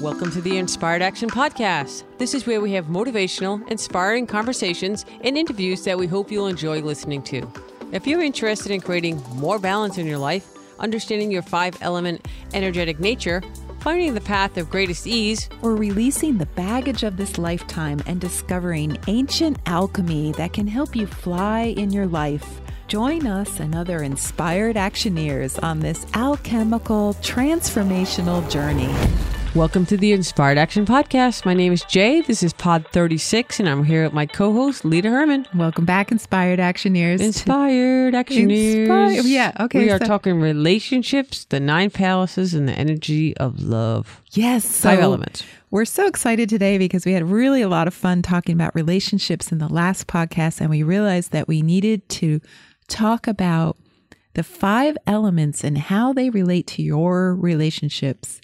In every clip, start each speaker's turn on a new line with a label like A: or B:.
A: Welcome to the Inspired Action Podcast. This is where we have motivational, inspiring conversations and interviews that we hope you'll enjoy listening to. If you're interested in creating more balance in your life, understanding your five element energetic nature, finding the path of greatest ease,
B: or releasing the baggage of this lifetime and discovering ancient alchemy that can help you fly in your life. Join us and other inspired actioneers on this alchemical transformational journey.
A: Welcome to the Inspired Action Podcast. My name is Jay. This is Pod 36, and I'm here with my co host, Lita Herman.
B: Welcome back, inspired actioneers.
A: Inspired Actioneers.
B: Inspired- yeah, okay,
A: We are
B: so-
A: talking relationships, the nine palaces, and the energy of love.
B: Yes, so
A: Five elements.
B: We're so excited today because we had really a lot of fun talking about relationships in the last podcast, and we realized that we needed to talk about the five elements and how they relate to your relationships.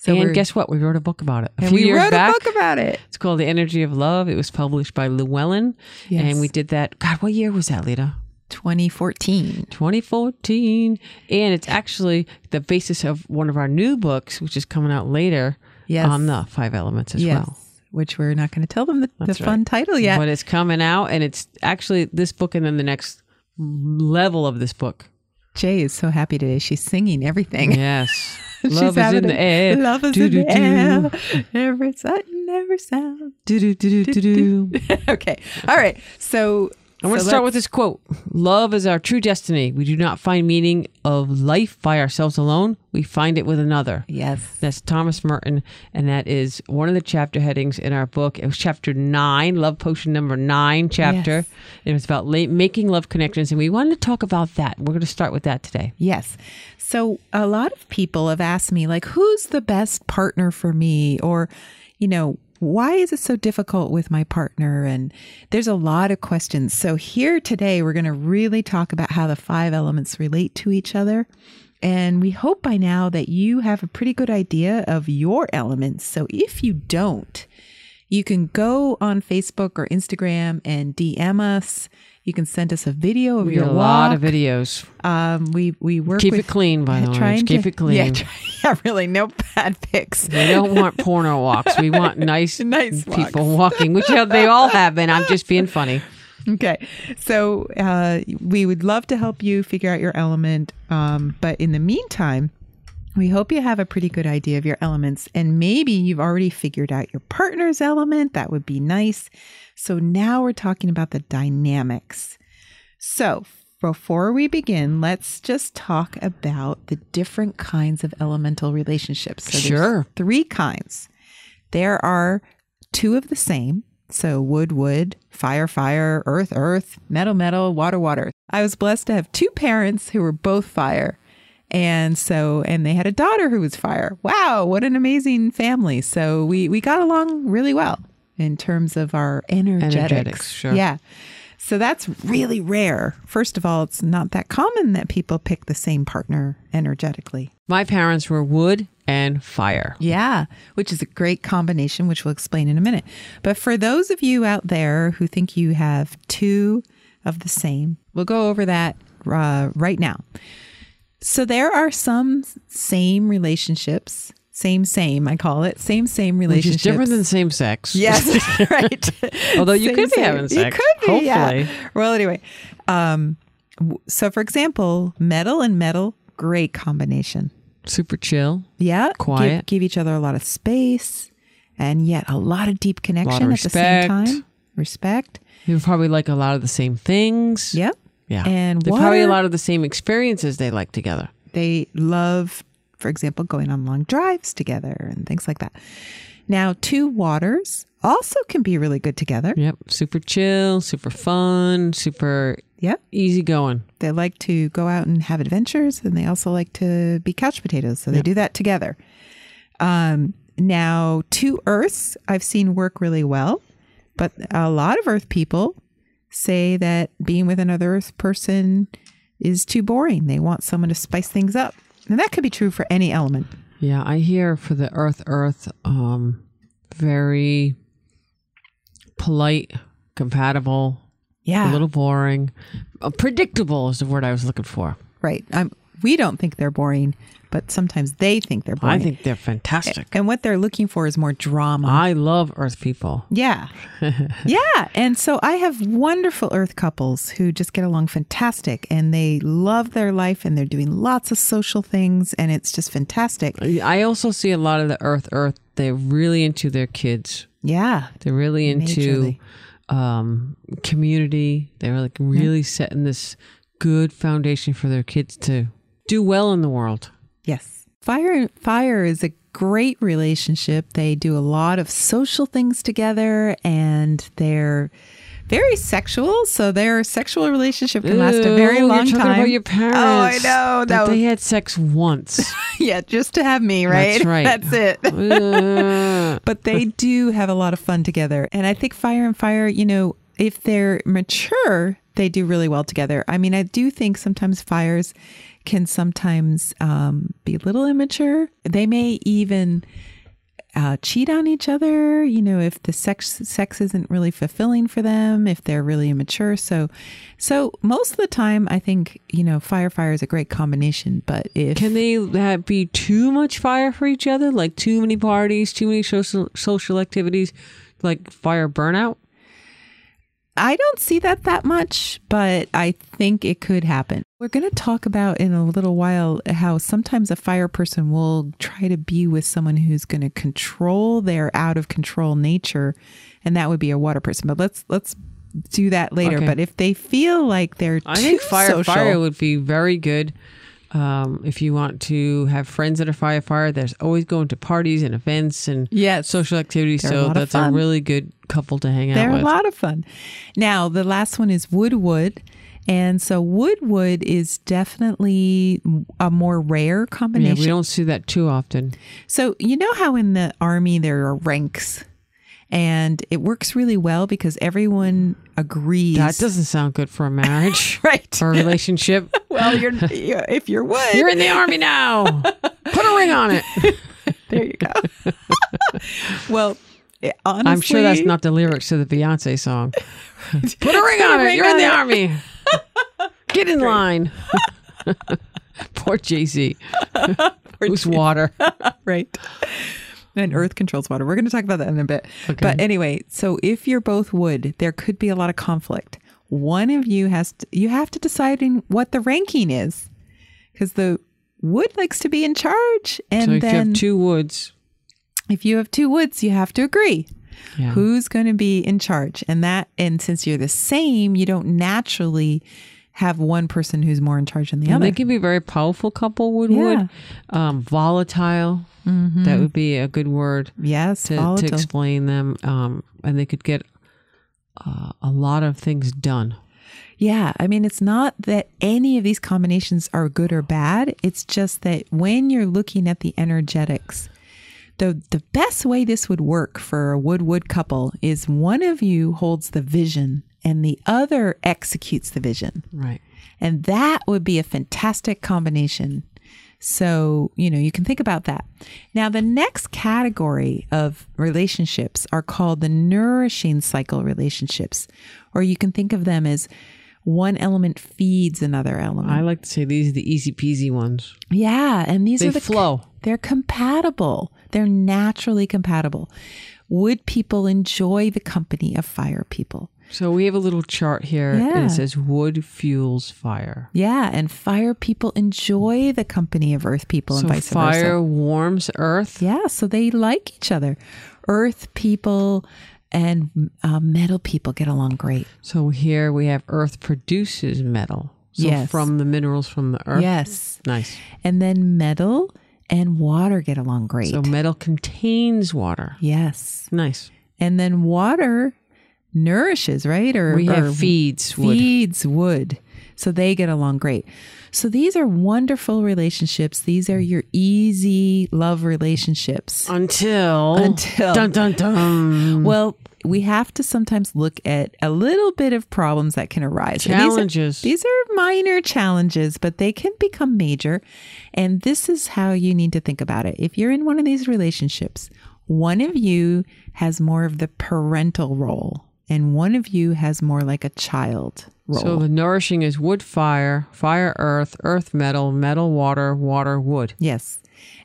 B: So
A: and
B: we're-
A: guess what? We wrote a book about it. A
B: and
A: few
B: we
A: years
B: wrote
A: back,
B: a book about it.
A: It's called The Energy of Love. It was published by Llewellyn.
B: Yes.
A: And we did that. God, what year was that, Lita?
B: 2014.
A: 2014. And it's actually the basis of one of our new books, which is coming out later
B: Yes.
A: on the five elements as
B: yes.
A: well.
B: Which we're not going to tell them the, the
A: That's right.
B: fun title yet.
A: But it's coming out, and it's actually this book and then the next level of this book.
B: Jay is so happy today. She's singing everything.
A: Yes.
B: She's
A: Love is in
B: having
A: the
B: a-
A: air.
B: Love is in the air. Every sight and every sound.
A: Do-do-do-do-do-do.
B: okay. All right. So
A: I want
B: so
A: to start
B: let's-
A: with this quote Love is our true destiny. We do not find meaning of life by ourselves alone, we find it with another.
B: yes.
A: That's Thomas Merton, and that is one of the chapter headings in our book. It was chapter nine, Love Potion number nine chapter.
B: Yes.
A: It was about la- making love connections, and we wanted to talk about that. We're going to start with that today.
B: Yes. So a lot of people have asked me like who's the best partner for me or you know why is it so difficult with my partner and there's a lot of questions. So here today we're going to really talk about how the five elements relate to each other. And we hope by now that you have a pretty good idea of your elements. So if you don't, You can go on Facebook or Instagram and DM us. You can send us a video of
A: We
B: your
A: did a
B: walk.
A: lot of videos.
B: Um, we we work
A: Keep
B: with
A: it clean, by the way.
B: trying
A: Just keep
B: to-
A: it clean.
B: Yeah, try, yeah, really, no bad pics.
A: We don't want porno walks. We want nice,
B: Nice
A: people walking, which they all have been. I'm just being funny.
B: Okay, so uh, we would love to help you figure out your element, um, but in the meantime. We hope you have a pretty good idea of your elements, and maybe you've already figured out your partner's element. That would be nice. So, now we're talking about the dynamics. So, before we begin, let's just talk about the different kinds of elemental relationships. So there's
A: Sure.
B: Three kinds. There are two of the same. So, wood, wood, fire, fire, earth, earth, metal, metal, water, water. I was blessed to have two parents who were both fire. And so, and they had a daughter who was fire. Wow, what an amazing family. So, we, we got along really well in terms of our energetics.
A: Energetics, sure.
B: Yeah. So that's really rare. First of all, it's not that common that people pick the same partner energetically.
A: My parents were wood and fire.
B: Yeah, which is a great combination, which we'll explain in a minute. But for those of you out there who think you have two of the same, we'll go over that uh, right now. So there are some same relationships, same, same, I call it, same, same
A: Which is
B: relationships.
A: different than same sex.
B: Yes, right.
A: Although you could be having
B: You
A: sex,
B: could be, yeah.
A: hopefully.
B: Well, anyway, um, w- so for example, metal and metal, great combination.
A: Super chill.
B: Yeah, give-
A: Quiet.
B: Give, each other a lot of space, and yet a lot of deep connection at the same
A: respect.
B: time. Respect.
A: You probably like a lot of the same things.
B: Yep.
A: Yeah.
B: And
A: They're probably a
B: water-
A: lot of the same experiences they like together.
B: They love, for example, going on long drives together and things like that. Now, two waters also can be really good together.
A: Yep. Super chill, super fun, super
B: Yep.
A: easygoing.
B: They like to go out and have adventures, and they also like to be couch potatoes. So they do that together. Um, now, two Earths I've seen work really well, but a lot of Earth people say that being with another Earth person is too boring. They want someone to spice things up. And that could be true for any element.
A: Yeah, I hear for the Earth Earth, um, very polite, compatible, a
B: Yeah.
A: little boring, uh, predictable is the word I was looking for.
B: Right. I'm we don't think they're boring, but sometimes they think they're boring.
A: I think they're fantastic.
B: and what they're looking for is more drama.
A: I love Earth people.
B: Yeah. yeah. And so I have wonderful earth couples who just get along fantastic and they love their life and they're doing lots of social things and it's just fantastic.
A: I also see a lot of the Earth Earth. They're really into their kids.
B: Yeah.
A: They're really into um, community. They're like really setting this good foundation for their kids to do well in the world.
B: Yes. Fire fire is a great relationship. They do a lot of social things together and they're very sexual, so their sexual relationship can last a very
A: Ew,
B: long
A: you're talking
B: time.
A: About your parents.
B: Oh, I know.
A: That
B: No.
A: they had sex once.
B: yeah, just to have me, right?
A: That's right.
B: That's it.
A: Ugh.
B: but they do have a lot of fun together. And I think Fire and Fire, you know, if they're mature, they do really well together. I mean, I do think sometimes fires can sometimes um, be a little immature. They may even uh, cheat on each other, you know, if the sex sex isn't really fulfilling for them, if they're really immature. So, so most of the time, I think you know, fire fire is a great combination. But if
A: Can they have, be too much fire for each other? Like too many parties, too many social, social activities, like fire burnout?
B: I don't see that that much, but I think it could happen. We're going to talk about in a little while how sometimes a fire person will try to be with someone who's going to control their out of control nature, and that would be a water person. But let's let's do that later.
A: Okay.
B: But if they feel like they're
A: I
B: too
A: think fire
B: social,
A: fire would be very good. Um, if you want to have friends that are fire fire, there's always going to parties and events and
B: Yes.
A: social activities.
B: They're a lot
A: so
B: of
A: that's a
B: fun.
A: really good couple to hang out
B: They're
A: with.
B: a lot of fun. Now, the last one is wood wood. And so wood wood is definitely a more rare
A: yeah,
B: combination.
A: we don't see that too often.
B: So, you know how in the army there are ranks and it works really well because everyone agrees.
A: That doesn't sound good for a marriage
B: right.
A: or a relationship.
B: Well, you're if you're wood,
A: You're in the army now. Put a ring on it.
B: there you go. well, it- honestly,
A: I'm sure that's not the lyrics to the Beyonce song. Put a ring
B: a
A: on it.
B: ring
A: You're in
B: on
A: the
B: it.
A: army. Get in line. Poor Jay Z. Who's water?
B: right. And earth controls water. We're going to talk about that in a bit.
A: Okay.
B: But anyway, so if you're both wood, there could be a lot of conflict. One of you has to, you have to decide in what the ranking is because the wood likes to be in charge. And
A: So if you
B: then
A: have two woods,
B: if you have two woods, you have to agree
A: Yeah.
B: who's going to be in charge. And that, and since you're the same, you don't naturally have one person who's more in charge than the
A: and
B: other.
A: they can be a very powerful couple. Wood wood, um, volatile. That would be a good word
B: yes,
A: to, to
B: Mm-hmm. volatile.
A: explain them. Um, and they could get uh, a lot of things done.
B: yeah. I mean, it's not that any of these combinations are good or bad. It's just that when you're looking at the energetics, the, the best way this would work for a wood wood couple is one of you holds the vision and the other executes the vision.
A: Right.
B: And that would be a fantastic combination. So, you know, you can think about that. Now, the next category of relationships are called the nourishing cycle relationships, or you can think of them as one element feeds another element.
A: I like to say these are the easy peasy ones.
B: Yeah, and these
A: They
B: are the
A: flow.
B: They're compatible. They're naturally compatible. Wood people enjoy the company of fire people.
A: So we have a little chart here, and
B: Yeah.
A: it says wood fuels fire.
B: Yeah, and fire people enjoy the company of earth people
A: So
B: and vice versa.
A: fire warms earth.
B: Yeah, so they like each other. Earth people and uh, metal people get along great.
A: So here we have earth produces metal. So
B: Yes.
A: from the minerals from the earth.
B: Yes.
A: Nice.
B: And then metal and water get along great.
A: So metal contains water.
B: yes.
A: Nice.
B: And then water nourishes, right? Or
A: We
B: or
A: have feeds wood.
B: feeds wood. So they get along great. So these are wonderful relationships. These are your easy love relationships.
A: until
B: Until-
A: dun dun dun
B: Well, we have to sometimes look at a little bit of problems that can arise. And these are-
A: Challenges.
B: These are minor challenges, but they can become major. And this is how you need to think about it. If you're in one of these relationships, one of you has more of the parental role and one of you has more like a child. role.
A: So the nourishing is wood fire, fire earth, earth metal, metal water, water wood.
B: Yes.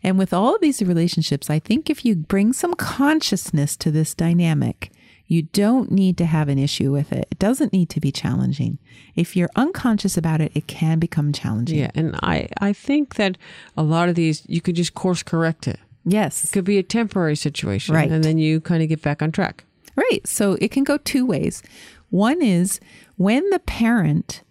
B: And with all of these relationships, I think if you bring some consciousness to this dynamic, you don't need to have an issue with it. It doesn't need to be challenging. If you're unconscious about it, it can become challenging.
A: Yeah, and I I think that a lot of these you could just course correct it.
B: Yes.
A: Could be a temporary situation,
B: Right.
A: And then you kind of get back on track.
B: Right. So it can go two ways. One is when the parent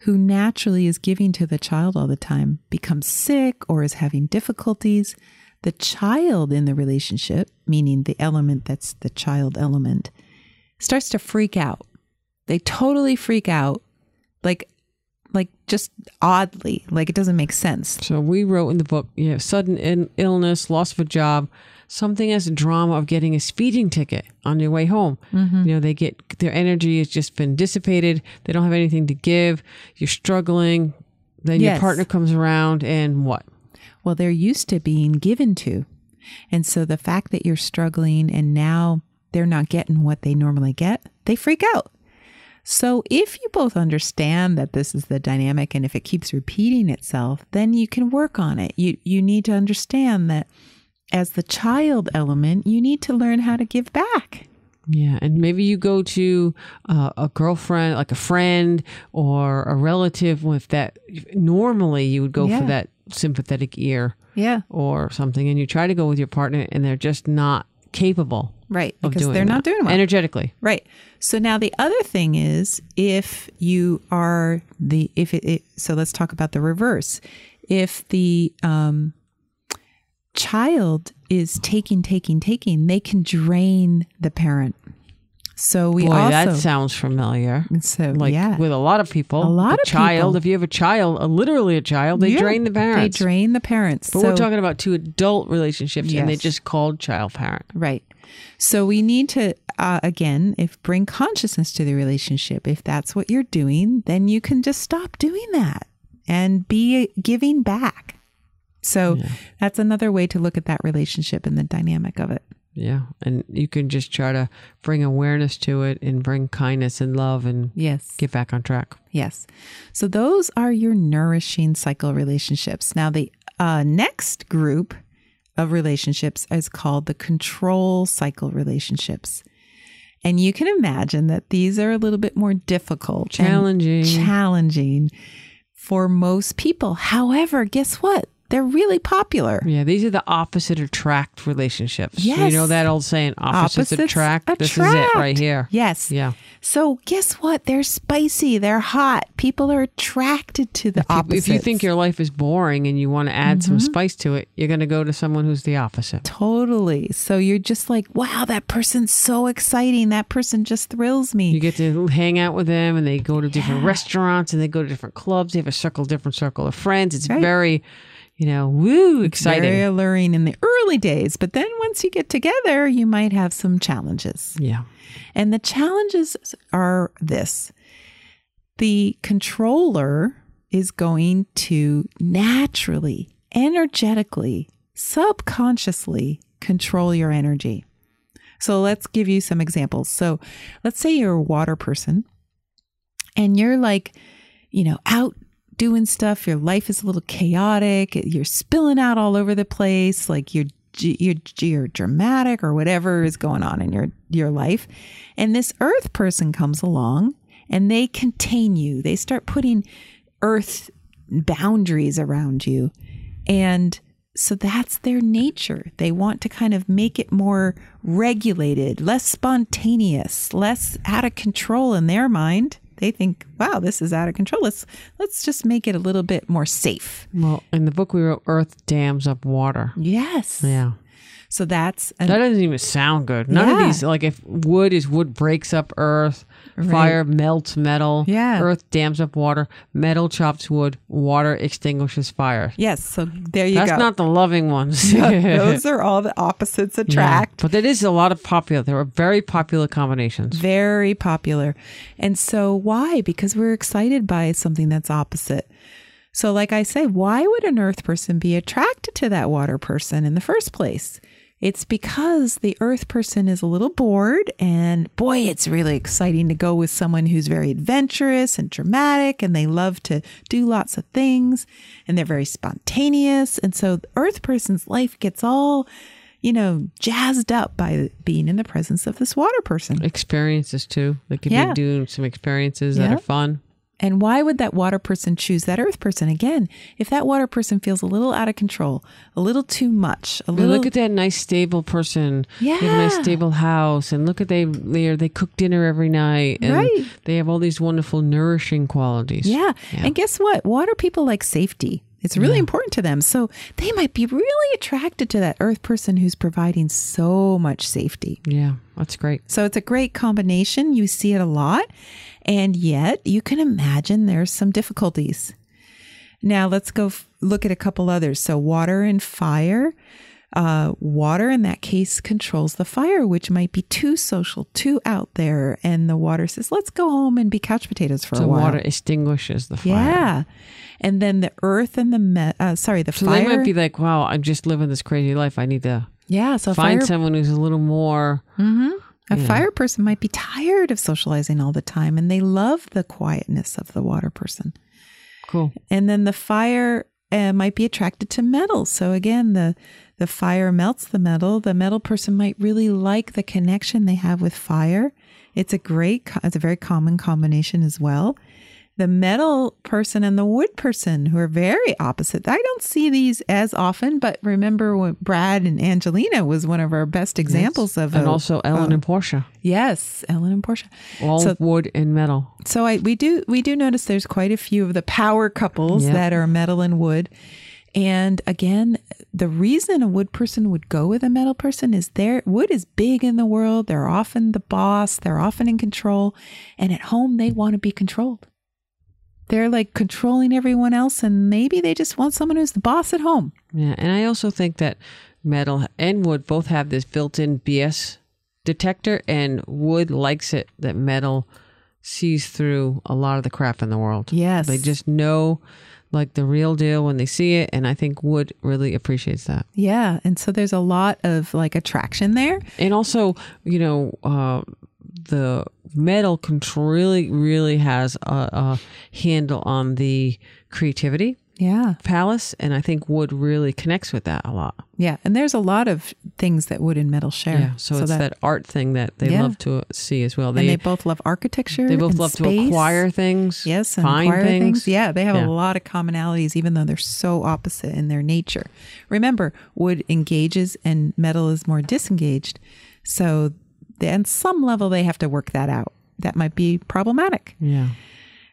B: who naturally is giving to the child all the time becomes sick or is having difficulties, the child in the relationship, meaning the element that's the child element, starts to freak out. They totally freak out like like just oddly, like it doesn't make sense.
A: So we wrote in the book, you have sudden in- illness, loss of a job, something as drama of getting a speeding ticket on your way home.
B: Mm-hmm.
A: You know, they get their energy has just been dissipated. They don't have anything to give. You're struggling. Then your
B: Yes.
A: partner comes around and what?
B: Well, they're used to being given to. And so the fact that you're struggling and now they're not getting what they normally get, they freak out. So if you both understand that this is the dynamic and if it keeps repeating itself, then you can work on it. You you need to understand that as the child element, you need to learn how to give back.
A: Yeah, and maybe you go to uh, a girlfriend, like a friend or a relative with that. Normally, you would go
B: Yeah.
A: for that sympathetic ear
B: Yeah.
A: or something, and you try to go with your partner, and they're just not capable
B: Right,
A: of
B: because
A: doing
B: they're not
A: that.
B: doing well.
A: energetically.
B: Right. So now the other thing is if you are the if it, it so let's talk about the reverse. If the um child is taking taking taking, they can drain the parent. So we
A: Boy,
B: also
A: that sounds familiar.
B: so
A: Like
B: yeah.
A: with a lot of people,
B: A lot
A: the
B: of
A: child.
B: people.
A: If you have a child, uh, literally a child, they
B: Yeah,
A: drain the parents.
B: They drain the parents.
A: but
B: so,
A: we're talking about two adult relationships, and they
B: Yes.
A: just called child parent.
B: Right. So we need to uh, again, if bring consciousness to the relationship. If that's what you're doing, then you can just stop doing that and be uh, giving back. So that's another way to look at that relationship and the dynamic of it.
A: Yeah, and you can just try to bring awareness to it and bring kindness and love and
B: Yes.
A: get back on track.
B: Yes. So those are your nourishing cycle relationships. Now, the uh, next group of relationships is called the control cycle relationships. And you can imagine that these are a little bit more difficult, and
A: Challenging.
B: challenging for most people. However, guess what? They're really popular.
A: Yeah, these are the opposite attract relationships. You
B: Yes.
A: know that old saying, opposites, attract. This is it right
B: attract.
A: here.
B: Yes.
A: Yeah.
B: So guess what? They're spicy. They're hot. People are attracted to the opposite.
A: If you think your life is boring and you want to add
B: Mm-hmm.
A: some spice to it, you're going to go to someone who's the opposite.
B: Totally. So you're just like, wow, that person's so exciting. That person just thrills
A: You
B: me.
A: get to hang out with them and they go to different restaurants and they go to different clubs. They have a circle, different circle of friends. It's
B: Right.
A: very, you know, woo, exciting.
B: Very alluring in the early days. But then once you get together, you might have some challenges.
A: yeah.
B: And the challenges are this the controller is going to naturally, energetically, subconsciously control your energy. So let's give you some examples. So let's say you're a water person and you're like, you know, out doing stuff, your life is a little chaotic, you're spilling out all over the place, like you're you're, you're dramatic or whatever is going on in your your life. And this earth person comes along and they contain you. They start putting earth boundaries around you. And so that's their nature. They want to kind of make it more regulated, less spontaneous, less out of control in their mind. They think, "Wow, this is out of control. Let's let's just make it a little bit more safe."
A: Well, in the book we wrote, Earth dams up water.
B: Yes.
A: Yeah.
B: So that's an,
A: That doesn't even sound good. None of
B: Yeah.
A: these, like if wood is wood breaks up earth, fire melts metal,
B: Yeah.
A: earth dams up water, metal chops wood, water extinguishes fire.
B: yes. So there you
A: That's
B: go.
A: not the loving ones.
B: Those are all the opposites attract.
A: But that is a lot of popular. There are very popular combinations.
B: Very popular. And so, why? Because we're excited by something that's opposite. So, like I say, why would an earth person be attracted to that water person in the first place? It's because the earth person is a little bored, and boy, it's really exciting to go with someone who's very adventurous and dramatic, and they love to do lots of things, and they're very spontaneous. And so, the earth person's life gets all, you know, jazzed up by being in the presence of this water person.
A: Experiences too. They could
B: Yeah.
A: be doing some experiences that
B: Yeah.
A: are fun.
B: And why would that water person choose that earth person again? If that water person feels a little out of control, a little too much, a
A: And
B: little
A: look at that nice stable person. They have a nice
B: Yeah.
A: stable house. And look at they they are- they cook dinner every night. And
B: Right.
A: they have all these wonderful nourishing qualities.
B: Yeah. And guess what? Water people like safety. It's really important to them. So they might be really attracted to that earth person who's providing so much safety.
A: Yeah. That's great.
B: So it's a great combination. You see it a lot. And yet you can imagine there's some difficulties. Now let's go f- look at a couple others. So water and fire. Uh, water in that case controls the fire, which might be too social, too out there. And the water says, let's go home and be couch potatoes for
A: The
B: a while.
A: water extinguishes the fire.
B: Yeah. And then the earth and the me- uh, sorry, the
A: So
B: fire.
A: they might be like, wow, I'm just living this crazy life. I need to
B: yeah, so a
A: find
B: fire, Hmm.
A: someone who's a little more.
B: a fire person might be tired of socializing all the time and they love the quietness of the water person.
A: Cool.
B: And then the fire uh, might be attracted to metals. So again, the the fire melts the metal. The metal person might really like the connection they have with fire. It's a great, co- it's a very common combination as well. The metal person and the wood person, who are very opposite. I don't see these as often, but remember when Brad and Angelina was one of our best examples of
A: And
B: a-
A: also Ellen and Portia,
B: yes, Ellen and Portia.
A: all
B: uh, So-
A: wood and metal.
B: So I we do we do notice there's quite a few of the power couples
A: Yeah.
B: that are metal and wood. And again, the reason a wood person would go with a metal person is their wood is big in the world. They're often the boss, they're often in control, and at home they want to be controlled. They're like controlling everyone else and maybe they just want someone who's the boss at home.
A: Yeah, and I also think that metal and wood both have this built-in BS detector, and wood likes it that metal sees through a lot of the crap in the world.
B: Yes.
A: they just know like the real deal when they see it, and I think wood really appreciates that.
B: Yeah, and so there's a lot of like attraction there.
A: And also, you know, uh, the metal con- really, really has a, a handle on the creativity
B: Yeah.
A: palace, and I think wood really connects with that a lot.
B: Yeah, and there's a lot of things that wood and metal share.
A: Yeah, so, it's that, art thing that they
B: Yeah.
A: love to see as well.
B: and
A: They
B: they
A: they,
B: both love architecture.
A: both
B: and
A: love to
B: space.
A: acquire things,
B: Yes, and
A: find
B: acquire things.
A: things.
B: Yeah, they have
A: Yeah.
B: a lot of commonalities, even though they're so opposite in their nature. Remember, wood engages and metal is more disengaged. So, at some level, they have to work that out. That might be problematic.
A: yeah.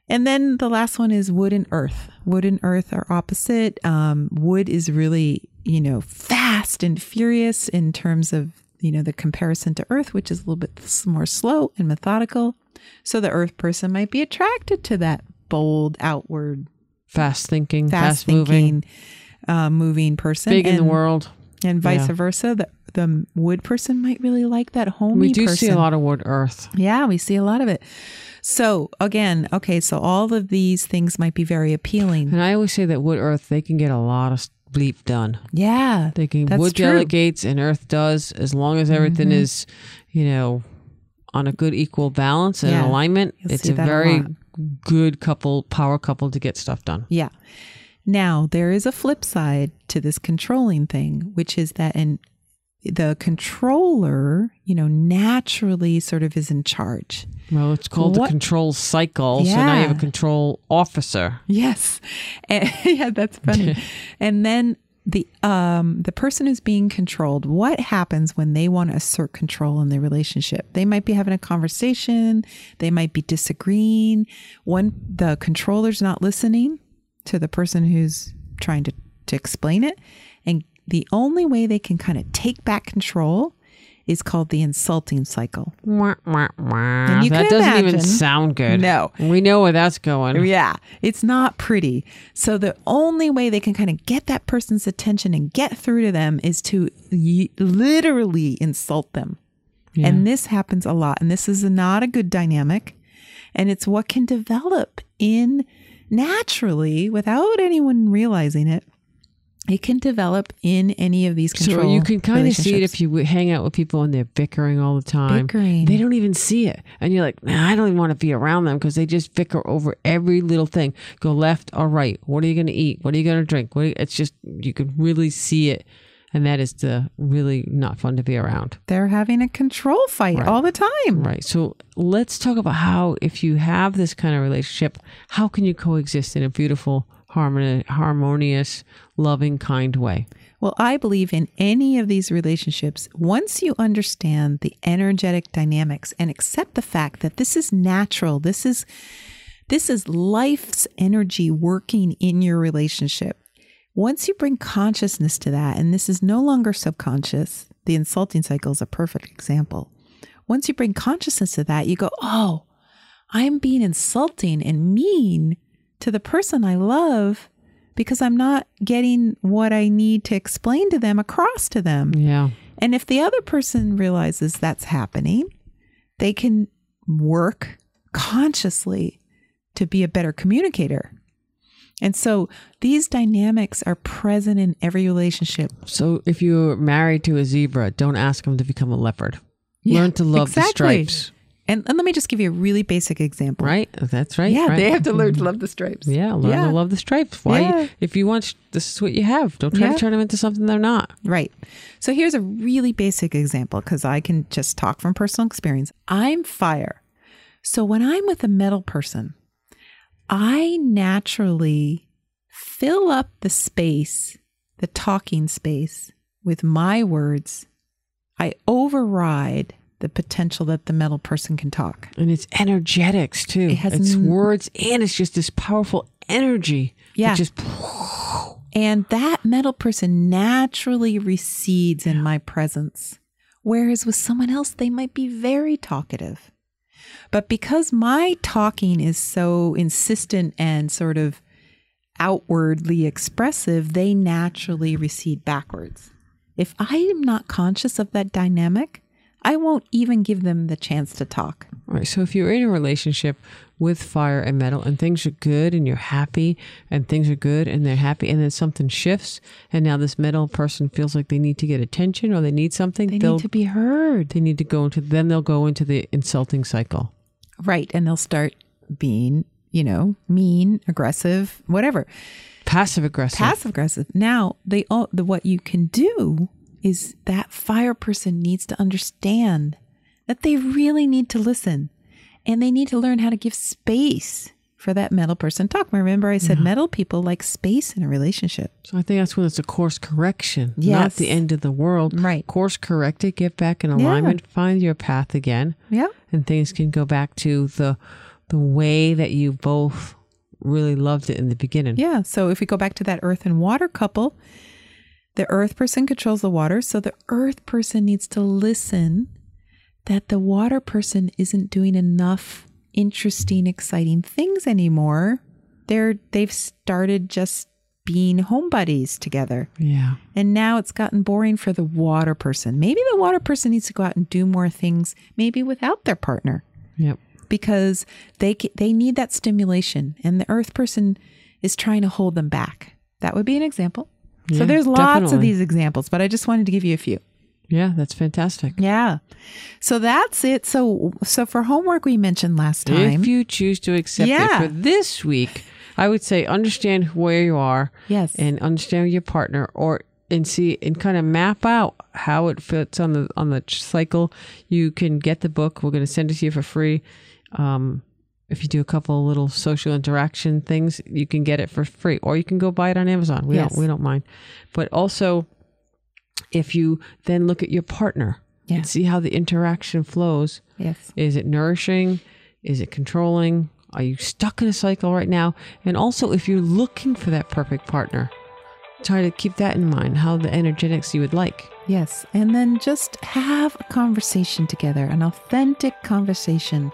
B: And then the last one is wood and earth. Wood and earth are opposite. Um, wood is really, you know, fast and furious in terms of, you know, the comparison to earth, which is a little bit s- more slow and methodical. So the earth person might be attracted to that bold, outward,
A: fast thinking, fast,
B: fast,
A: moving,
B: thinking, uh, moving person.
A: big in the
B: And-
A: world.
B: And vice
A: Yeah.
B: versa. The, the wood person might really like that homey
A: We do
B: person.
A: see a lot of wood earth.
B: Yeah, we see a lot of it. So again, okay, so all of these things might be very appealing.
A: And I always say that wood earth, they can get a lot of bleep done.
B: Yeah,
A: They can
B: That's
A: wood
B: true. Mm-hmm.
A: delegates and earth does as long as everything is, you know, on a good equal balance and
B: Yeah.
A: alignment.
B: You'll
A: it's
B: see
A: a
B: that a
A: very
B: lot.
A: good couple, power couple to get stuff done.
B: yeah. Now there is a flip side to this controlling thing, which is that in the controller, you know, naturally sort of is in charge.
A: Well, it's called the
B: What-
A: control cycle. So now you have a
B: Yeah.
A: control officer.
B: Yes. And- yeah, that's funny. and then the um the person who's being controlled, what happens when they want to assert control in the relationship? They might be having a conversation, they might be disagreeing. One the controller's not listening to the person who's trying to, to explain it. And the only way they can kind of take back control is called the insulting cycle.
A: Wah, wah, wah.
B: you
A: that
B: can
A: doesn't even
B: imagine.
A: sound good.
B: No.
A: We know where that's going.
B: Yeah, it's not pretty. So the only way they can kind of get that person's attention and get through to them is to y- literally insult them. And this happens a lot. And this is not a good dynamic. And it's what can develop in naturally without anyone realizing it It can develop in any of these control.
A: So you can kind of see it
B: relationships.
A: if you w- hang out with people and they're bickering all the time.
B: Bickering.
A: They don't even see it. And you're like, nah, I don't even want to be around them because they just bicker over every little thing. Go left or right. What are you going to eat? What are you going to drink? What are you, it's just, you can really see it. And that is the really not fun to be around.
B: They're having a control fight all the time.
A: Right. So let's talk about how, if you have this kind of relationship, how can you coexist in a beautiful, harmoni- harmonious, loving, kind way?
B: Well, I believe in any of these relationships, once you understand the energetic dynamics and accept the fact that this is natural, this is this is life's energy working in your relationship. Once you bring consciousness to that and this is no longer subconscious, the insulting cycle is a perfect example. Once you bring consciousness to that, you go, "Oh, I'm being insulting and mean to the person I love because I'm not getting what I need to explain to them across to them.
A: Yeah.
B: And if the other person realizes that's happening, they can work consciously to be a better communicator. And so these dynamics are present in every relationship.
A: So if you're married to a zebra, don't ask him to become a leopard. Learn to love the stripes,
B: And, and let me just give you a really basic example.
A: right? That's right.
B: Yeah,
A: right. Mm-hmm.
B: they have to learn to love the stripes.
A: Yeah, learn
B: Yeah.
A: to love the stripes. Why?
B: Yeah.
A: If you want, this is what you have. Don't try
B: Yeah.
A: to turn them into something they're not.
B: Right. So here's a really basic example because I can just talk from personal experience. I'm fire. So when I'm with a metal person, I naturally fill up the space, the talking space, with my words. I override the potential that the metal person can talk.
A: And it's energetics too.
B: It has
A: it's
B: n-
A: words and it's just this powerful energy. that
B: Yeah.
A: Just
B: And that metal person naturally recedes in my presence. Whereas with someone else, they might be very talkative. But because my talking is so insistent and sort of outwardly expressive, they naturally recede backwards. If I am not conscious of that dynamic, I won't even give them the chance to talk.
A: All right. So if you're in a relationship with fire and metal and things are good and you're happy and things are good and they're happy and then something shifts and now this metal person feels like they need to get attention or they need something,
B: They
A: will
B: need to be heard.
A: they need to go into then they'll go into the insulting cycle.
B: Right. And they'll start being, you know, mean, aggressive, whatever.
A: Passive aggressive.
B: passive aggressive. Now they all the what you can do is that fire person needs to understand that they really need to listen and they need to learn how to give space for that metal person to talk. Remember I said metal people like space in a relationship.
A: so I think that's when it's a course correction, not
B: Yes.
A: the end of the world.
B: Right.
A: Course correct it, get back in alignment, find your path again.
B: Yeah.
A: and things can go back to the the way that you both really loved it in the beginning.
B: Yeah. So if we go back to that earth and water couple, the earth person controls the water. So the earth person needs to listen that the water person isn't doing enough interesting, exciting things anymore. They're they've started just being home buddies together.
A: Yeah.
B: And now it's gotten boring for the water person. Maybe the water person needs to go out and do more things, maybe without their partner
A: Yep.
B: because they ca- they need that stimulation and the earth person is trying to hold them back that would be an example
A: Yeah,
B: so there's lots of
A: definitely.
B: these examples but i just wanted to give you a few
A: Yeah, that's fantastic.
B: yeah so that's it so so for homework we mentioned last time
A: If you choose to accept
B: Yeah.
A: it for this week, I would say understand where you are
B: yes
A: and understand your partner or and see and kind of map out how it fits on the on the cycle. You can get the book. We're going to send it to you for free. Um if you do a couple of little social interaction things, you can get it for free or you can go buy it on Amazon. We
B: Yes.
A: don't we don't mind. But also if you then look at your partner
B: Yeah.
A: and see how the interaction flows,
B: yes
A: is it nourishing? Is it controlling? Are you stuck in a cycle right now? And also, if you're looking for that perfect partner, try to keep that in mind how the energetics you would like.
B: yes and then just have a conversation together an authentic conversation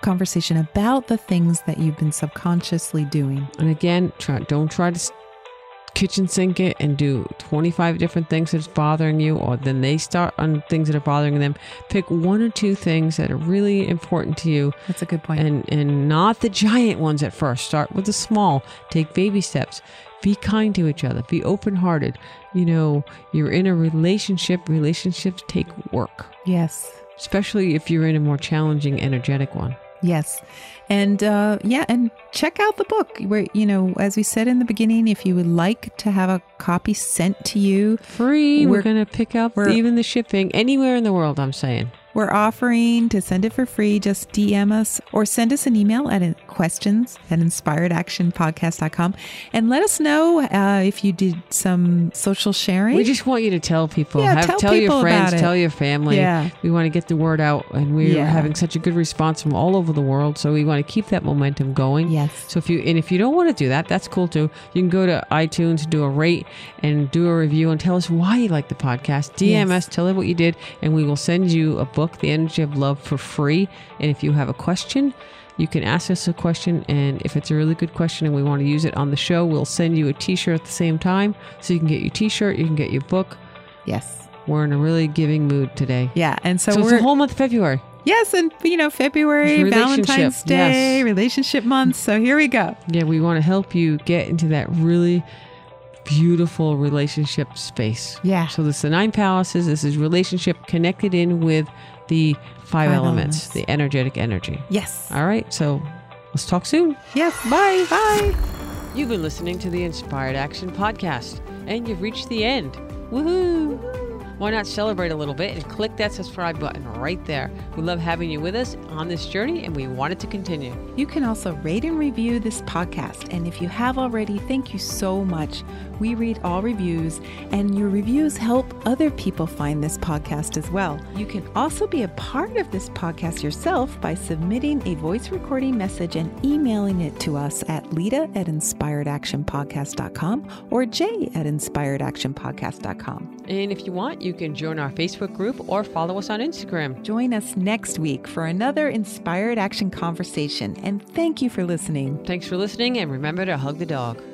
B: conversation about the things that you've been subconsciously doing
A: And again, try, don't try to s- kitchen sink it and do 25 different things that's bothering you, or then they start on things that are bothering them. Pick one or two things that are really important to you
B: That's a good point.
A: and, and not the giant ones at first. Start with the small, take baby steps. Be kind to each other, be open hearted. You know, you're in a relationship, relationships take work,
B: yes.
A: especially if you're in a more challenging, energetic one.
B: Yes. And uh, yeah, and check out the book where, you know, as we said in the beginning, if you would like to have a copy sent to you,
A: Free, we're,
B: We're-
A: going to pick up
B: we're-
A: even the shipping anywhere in the world, I'm saying.
B: we're offering to send it for free. Just DM us or send us an email at in- questions at inspiredactionpodcast.com and let us know uh, if you did some social sharing.
A: We just want you to tell people.
B: Yeah,
A: Have,
B: tell
A: tell
B: people
A: your friends,
B: about it.
A: tell your family.
B: Yeah.
A: We want to get the word out, and we're
B: Yeah.
A: having such a good response from all over the world. So we want to keep that momentum going.
B: Yes.
A: So if you and if you don't want to do that, that's cool too. You can go to iTunes, do a rate, and do a review, and tell us why you like the podcast. DM us,
B: Yes.
A: tell us what you did, and we will send you a book, The Energy of Love, for free. And if you have a question. You can ask us a question, and if it's a really good question and we want to use it on the show, we'll send you a t shirt at the same time. So you can get your t shirt, you can get your book,
B: yes.
A: we're in a really giving mood today.
B: Yeah. And so,
A: So it's
B: we're.
A: the whole month of February.
B: yes. And, you know, February,
A: Relationship,
B: Valentine's Day,
A: yes.
B: relationship month. So here we go.
A: Yeah, we want to help you get into that really beautiful relationship space.
B: Yeah.
A: So this is the nine palaces. This is relationship connected in with the five,
B: Five
A: elements,
B: elements.
A: the energetic energy.
B: Yes.
A: All right. So let's talk soon.
B: Yes. Bye. Bye.
A: You've been listening to the Inspired Action Podcast, and you've reached the end. Woohoo! Why not celebrate a little bit and click that subscribe button right there? We love having you with us on this journey, and we want it to continue.
B: You can also rate and review this podcast. And if you have already, thank you so much. We read all reviews, and your reviews help other people find this podcast as well. You can also be a part of this podcast yourself by submitting a voice recording message and emailing it to us at Lita at inspiredactionpodcast.com or Jay at inspiredactionpodcast.com.
A: And if you want, you can join our Facebook group or follow us on Instagram.
B: Join us next week for another Inspired Action conversation. And thank you for listening.
A: Thanks for listening and remember to hug the dog.